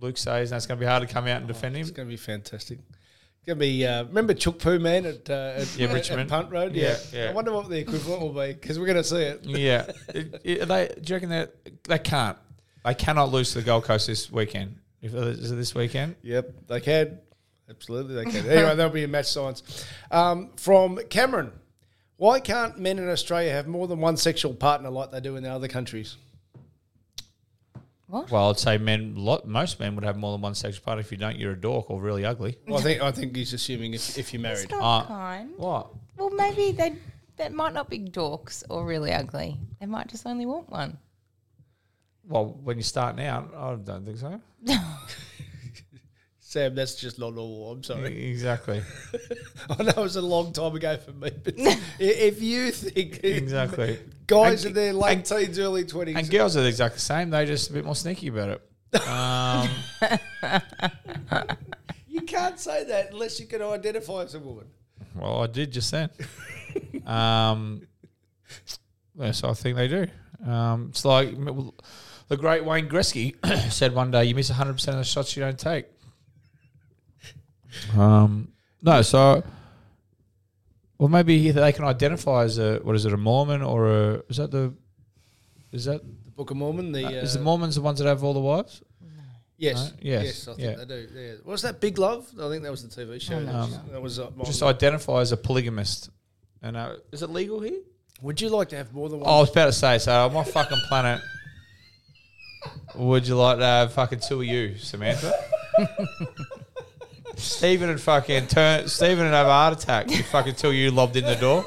Luke says that's going to be hard to come out and defend him?
It's going to be fantastic. It's going to be. Uh, remember Chook Poo Man at, uh, at,
Yeah,
at- at
Richmond.
Punt Road?
Yeah,
Yeah,
yeah.
I wonder what the equivalent will be because we're going to see it.
Yeah, It- it- they do you reckon that they can't? They cannot lose to the Gold Coast this weekend. If uh, is it this weekend?
Yep, they can. Absolutely, they can. Anyway, that'll be in match science. Um, from Cameron, why can't men in Australia have more than one sexual partner like they do in the other countries?
Well, I'd say men. Lot most men would have more than one sexual partner. If you don't, you're a dork or really ugly.
Well, I think I think he's assuming if, if you're married.
It's not
Uh,
kind.
What?
Well, maybe they that might not be dorks or really ugly. They might just only want one.
Well, when you're starting out, I don't think so.
Sam, that's just not normal. I'm sorry. *laughs*
Exactly.
I know it was a long time ago for me, but i- if you think
Exactly.
guys
And-
in their late
and-
teens, early twenties,
And girls are the exact same. They're just a bit more sneaky about
*laughs*
it. Um,
you can't say that unless you can identify as a woman.
well, I did just then. *laughs* Um, yeah, so I think they do. Um, it's like the great Wayne Gretzky *coughs* said one day, "You miss 100 percent of the shots you don't take." Um, no, so well, maybe they can identify as a what is it, a Mormon or a is that the is that
The Book of Mormon, the, uh,
is the Mormons the ones that have all the wives?
yes,
No? Yes,
yes, I think
yeah. Um,
they do. Yeah. What was that Big Love? I think that was the TV show. that was, that was uh, my-
Just identify as a polygamist. And uh, is it legal here?
Would you like to have more than
I
one? *laughs*
was about Oh, to say, so on my fucking planet, would you like to have fucking two of you, *laughs* Samantha? Stephen and fucking turn Stephen and have a heart attack. if fucking two of you lobbed in the door.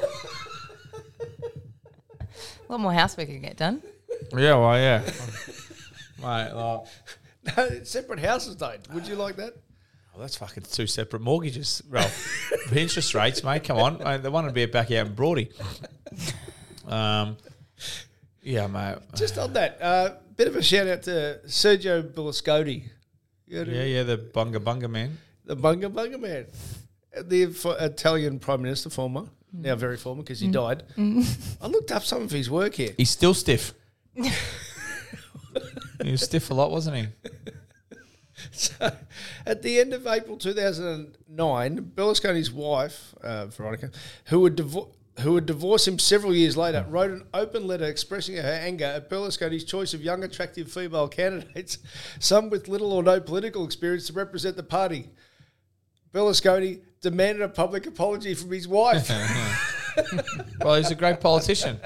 A lot more housework can get done.
Yeah, well, yeah. Mate, like, oh, well,
separate houses, though. Would you like that?
that's fucking two separate mortgages, Ralph. For interest rates, mate. Come on, mate, they want to be back out in Broady. Um, yeah, mate.
Just on that, uh, bit of a shout out to Sergio Bilascodi, You know,
Yeah, yeah, the bunga bunga man.
the bunga bunga man, the fo- Italian prime minister, former, now very former because
Mm.
he died. I looked up some of his work here.
He's still stiff. he was stiff a lot, wasn't he?
So, *laughs* at the end of April 2009, Berlusconi's wife, uh, Veronica, who would divorce. Who would divorce him several years later wrote an open letter expressing her anger at Berlusconi's choice of young, attractive female *laughs* candidates, some with little or no political experience, to represent the party. Berlusconi demanded a public apology from his wife.
*laughs* Well, he's a great politician.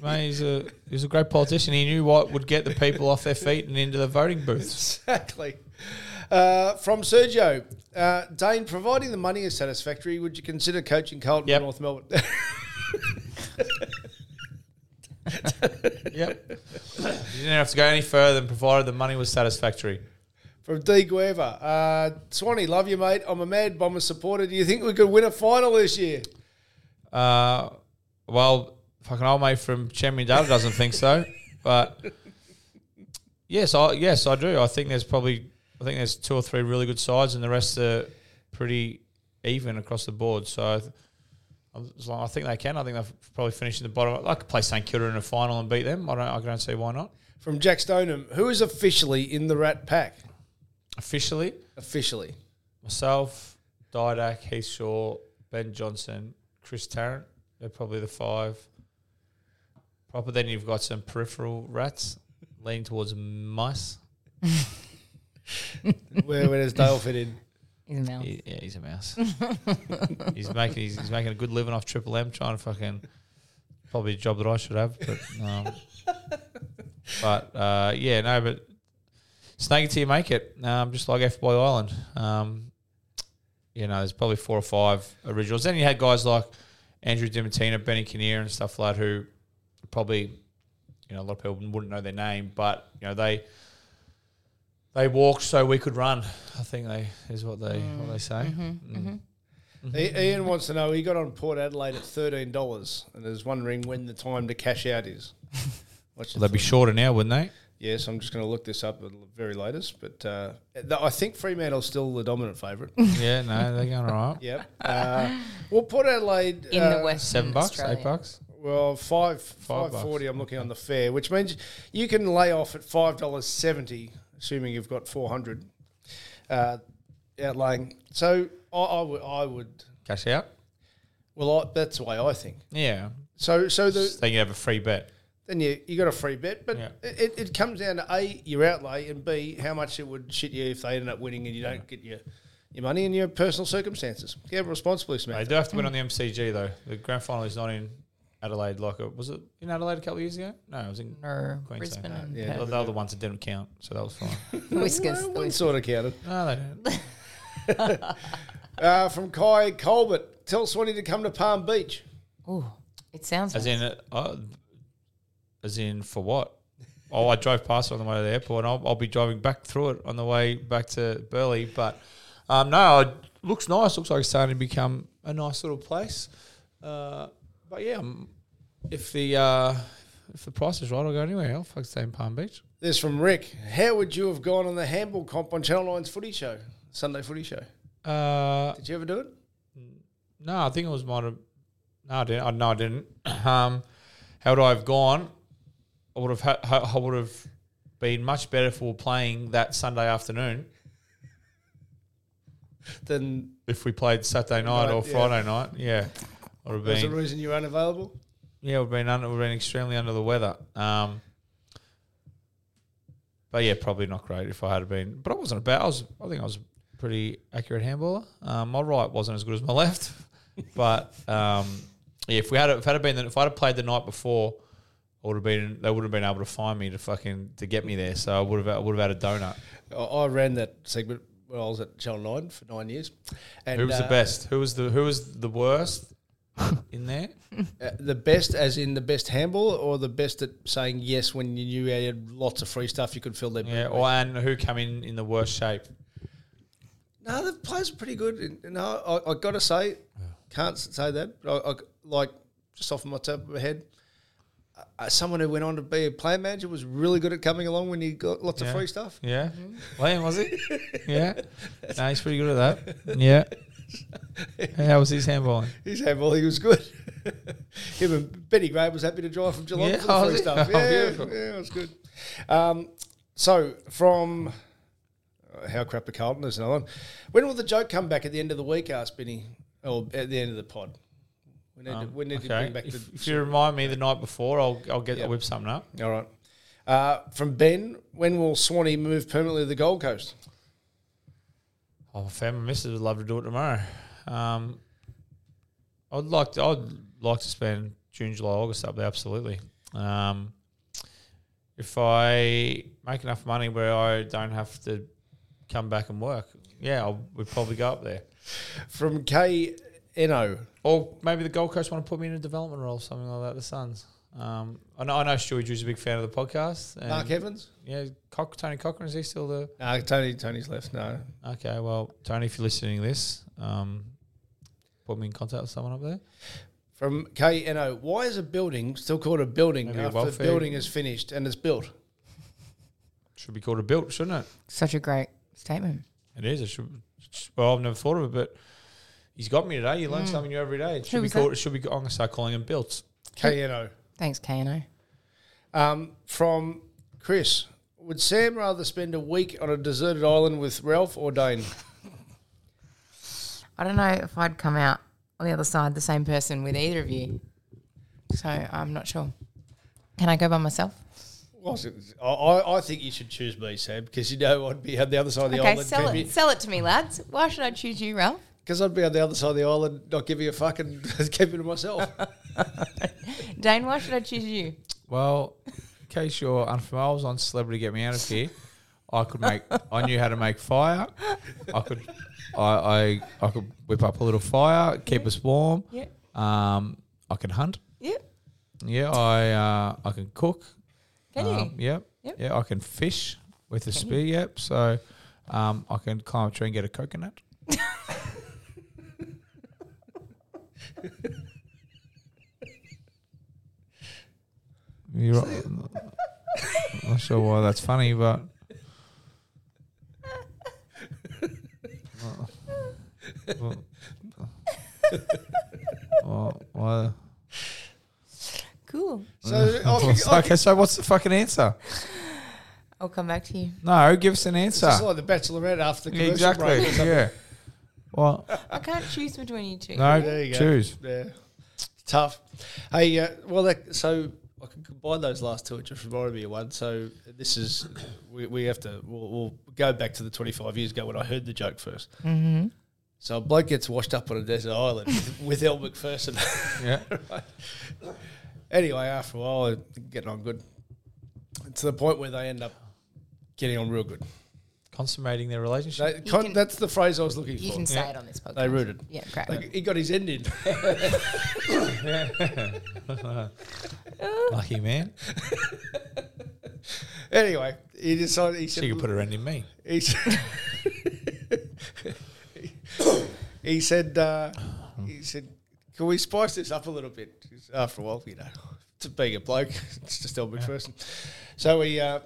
Mate, he's a he's a great politician. He knew what would get the people off their feet and into the voting booths.
exactly. Uh, from Sergio, uh, Dane, providing the money is satisfactory, would you consider coaching Carlton
Yep.
in North Melbourne? *laughs*
Yep. you didn't have to go any further than provided the money was satisfactory.
from D. Gueva, uh, Swanee, love you, mate. I'm a Mad Bomber supporter. Do you think we could win a final this year?
Uh, well, fucking old mate from Chemi Data doesn't think so, but yes, I yes I do. I think there's probably I think there's two or three really good sides, and the rest are pretty even across the board. So I th- as long I think they can. I think they've probably finished in the bottom. I could play St Kilda in a final and beat them. I don't. I don't see why not.
From Jack Stoneham, who is officially in the Rat Pack?
Officially,
Officially.
myself, Didak, Heath Shaw, Ben Johnson, Chris Tarrant. They're probably the five. Proper. Then you've got some peripheral rats leaning towards mice.
where, where does Dale fit in?
He's a mouse.
He- yeah, he's a mouse. he's making he's, he's making a good living off Triple M, trying to fucking probably a job that I should have. But um, but uh, yeah, no, but snake it till you make it. Um, just like F Boy Island. Um, you know, there's probably four or five originals. Then you had guys like Andrew Dimatina, Benny Kinnear, and stuff like that who probably you know a lot of people wouldn't know their name, but you know they. They walked so we could run. I think they is what they what they say.
I- Ian wants to know he got on Port Adelaide at thirteen dollars and is wondering when the time to cash out is. What's your
Well, they'd be shorter now, wouldn't they?
Yes, I'm just going to look this up at the very latest, but uh, th- I think Fremantle's still the dominant
*laughs*
favourite.
yeah, no, they're going all right.
yep. Uh, well, Port Adelaide
in
uh,
the West.
Seven bucks, eight bucks.
Well, five
Five
five
bucks.
forty. I'm looking on the fare, which means you can lay off at five dollars seventy, assuming you've got four hundred uh, outlaying. So I, I would, I would.
Cash out.
Well, I, that's the way I think.
Yeah,
So, so the
then you have a free bet.
then you, you got a free bet. But
Yeah.
it, it comes down to A, your outlay, and B, how much it would shit you if they ended up winning and you don't get your, your money and your personal circumstances. Gamble responsibly,
They
Smith.
do have to win on the MCG though. The grand final is not in Adelaide. Like it was it in Adelaide a couple of years ago? No, it was in
No,
Queensland.
Brisbane and
Well,
Perth.
they were the ones that didn't count, so that
*laughs*
was fine.
Whiskers. the
One
whiskers.
sort of counted.
no, they didn't.
Uh, from Kai Colbert, tell Swanee to come to Palm Beach.
Ooh, it sounds.
As
nice.
in, uh, uh, as in for what? Oh, I drove past it on the way to the airport, and I'll, I'll be driving back through it on the way back to Burleigh. But um, no, it looks nice. Looks like it's starting to become a nice little place. Uh, but yeah, um, if the uh, if the price is right, I'll go anywhere. I'll fuck stay in Palm Beach.
This from Rick. How would you have gone on the handball comp on Channel 9's footy show, Sunday footy show?
Uh,
Did you ever do it?
No, I think it was might have. No, I didn't. I, no, I didn't. *clears throat* Um, how would I have gone? I would have. Ha- ha- I would have been much better for playing that Sunday afternoon
Then
if we played Saturday night
Right,
or
yeah.
Friday night. Yeah, I would have
there's a
been.
reason you were unavailable.
Yeah, we've been under. We've been extremely under the weather. Um, but yeah, probably not great if I had been. But I wasn't bad. I was. I think I was a pretty accurate handballer. Um, my right wasn't as good as my left, *laughs* but um, yeah, if we had if had been if I'd have played the night before, I would have been. They would have been able to find me to fucking to get me there. So I would have. I would have had a donut.
I, I ran that segment when I was at Channel 9 for nine years. And,
Who was the
uh,
best? Who was the Who was the worst
*laughs*
in there?
Uh, the best, as in the best handball, or the best at saying yes when you knew you had lots of free stuff you could fill their.
Yeah, or and who came in in the worst shape?
No, the players are pretty good. and- and I I, I got to say, can't s- say that, but I, I like just off my top of my head, uh, uh, someone who went on to be a player manager was really good at coming along when you got lots
Yeah.
of free stuff.
Yeah. Liam, was *laughs* he? yeah. No, he's pretty good at that. Yeah. How was his handballing?
His handball, he was good. *laughs* Him and Benny Gray was happy to drive from Geelong
Yeah,
for the
was
free
he?
stuff.
*laughs* Oh,
yeah,
beautiful.
yeah, it was good. Um, so from uh, how crap the Carlton is another one. When will the joke come back at the end of the week? Asked Benny, or at the end of the pod. We need, to, we *laughs* need to bring back
Um, If,
the.
if you remind me the night before, I'll, I'll get I'll whip something up.
All right. Uh, from Ben, when will Swanee move permanently to the Gold Coast?
Oh, family missus would love to do it tomorrow. Um, I'd like to. I'd like to spend June, July, August up there. Absolutely. Um, if I make enough money where I don't have to come back and work. Yeah, I'll, we'd probably go up there.
From K Eno.
Or maybe the Gold Coast want to put me in a development role, something like that. The Suns. Um, I know. I know. Stewie Drew's a big fan of the podcast. And
Mark Evans?
Yeah, Cock, Tony Cochran is he still the?
Um, No, Tony. Tony's left. No.
Okay, well, Tony, if you're listening to this, um, put me in contact with someone up there.
From K Eno. Why is a building still called a building
Maybe a
after the
welfare-
building is finished and it's built?
Should be called a built, shouldn't it?
Such a great statement.
It is. It should. Well, I've never thought of it, but he's got me today. You learn something new every day. It should be
was
called.
that?
It should be. I'm gonna start calling him built.
K Eno.
Thanks, Kano.
Um, from Chris. Would Sam rather spend a week on a deserted island with Ralph or Dane?
I don't know if I'd come out on the other side the same person with either of you. So I'm not sure. Can I go by myself?
I, I, I think you should choose me, Sam, because you know I'd be on the other side of the
okay,
island.
sell
Pemby.
it. Sell it to me, lads. Why should I choose you, Ralph?
Because I'd be on the other side of the island, not giving a fuck *laughs* and just keeping to myself.
Dane, why should I choose you?
Well, in case you're unfamiliar, I was on Celebrity Get Me Out of Here. I could make. I knew how to make fire. I could. I I, I could whip up a little fire, keep us warm.
Yeah.
Um, I can hunt.
Yep.
Yeah, I uh, I can cook.
Can you?
Um, yep.
Yep.
Yeah, I can fish with a spear. Yep. So, um, I can climb a tree and get
*laughs*
a coconut. You're right. I'm not sure why that's funny,
*laughs*
but well, well, why-
Cool.
so I, I,
okay, so what's the fucking answer?
I'll come back to you.
No, give us an
it's
answer.
just like the Bachelorette after the commercial
exactly.
break or something.
Yeah. Well,
I can't choose between you two.
no,
There you go.
choose.
Yeah, It's tough. Hey, uh, well, that, so I can combine those last two. It just reminded me of one. So this is we, we have to we'll, we'll go back to the twenty five years ago when I heard the joke 1st Mm-hmm. So a bloke gets washed up on a desert island *laughs* with, with El McPherson. *laughs*
Yeah.
anyway, after a while, they're getting on good to the point where they end up getting on real good.
Consummating their relationship.
They- con-
can-
that's the phrase I was looking
You
for.
can say it on this podcast.
They rooted.
Yeah, great.
Like, he got his end in.
*laughs* Lucky man.
anyway, he decided he said,
She could put her end in me.
He said, *laughs* he said, uh, he said, can we spice this up a little bit? After a while, you know, to being a bloke, *laughs* it's just Elbert person. So we, uh,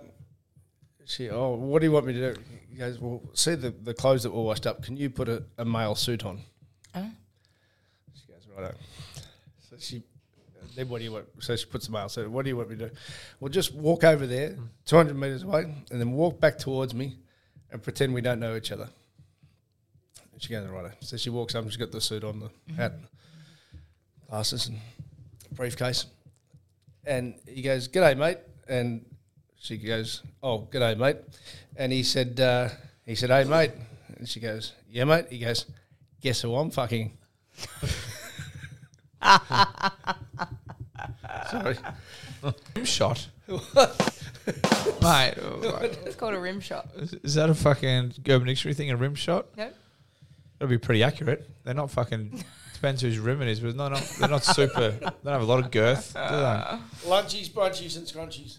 she, oh, what do you want me to do? He goes, well, see the, the clothes that were washed up. Can you put a, a male suit on?
Oh.
She goes, right. So she, then what do you want? So she puts a male suit. What do you want me to do? Well, just walk over there, 200 meters away, and then walk back towards me and pretend we don't know each other. And She goes, right. So she walks up and she's got the suit on, the hat, glasses, and briefcase. And he goes, G'day, mate. And she goes, Oh, g'day, mate. And he said, uh, he said, Hey, mate. And she goes, Yeah, mate. He goes, Guess who I'm *laughs* fucking? Sorry.
Rim shot. *laughs* Mate, uh,
It's called a rim shot.
is- is that a fucking Urban Dictionary thing? A rim shot?
No?
That'd be pretty accurate. They're not *laughs* fucking. Depends whose rim it is, but they're not. They're not super. They don't have a lot of girth, do they?
Lunchies, brunchies, and scrunchies.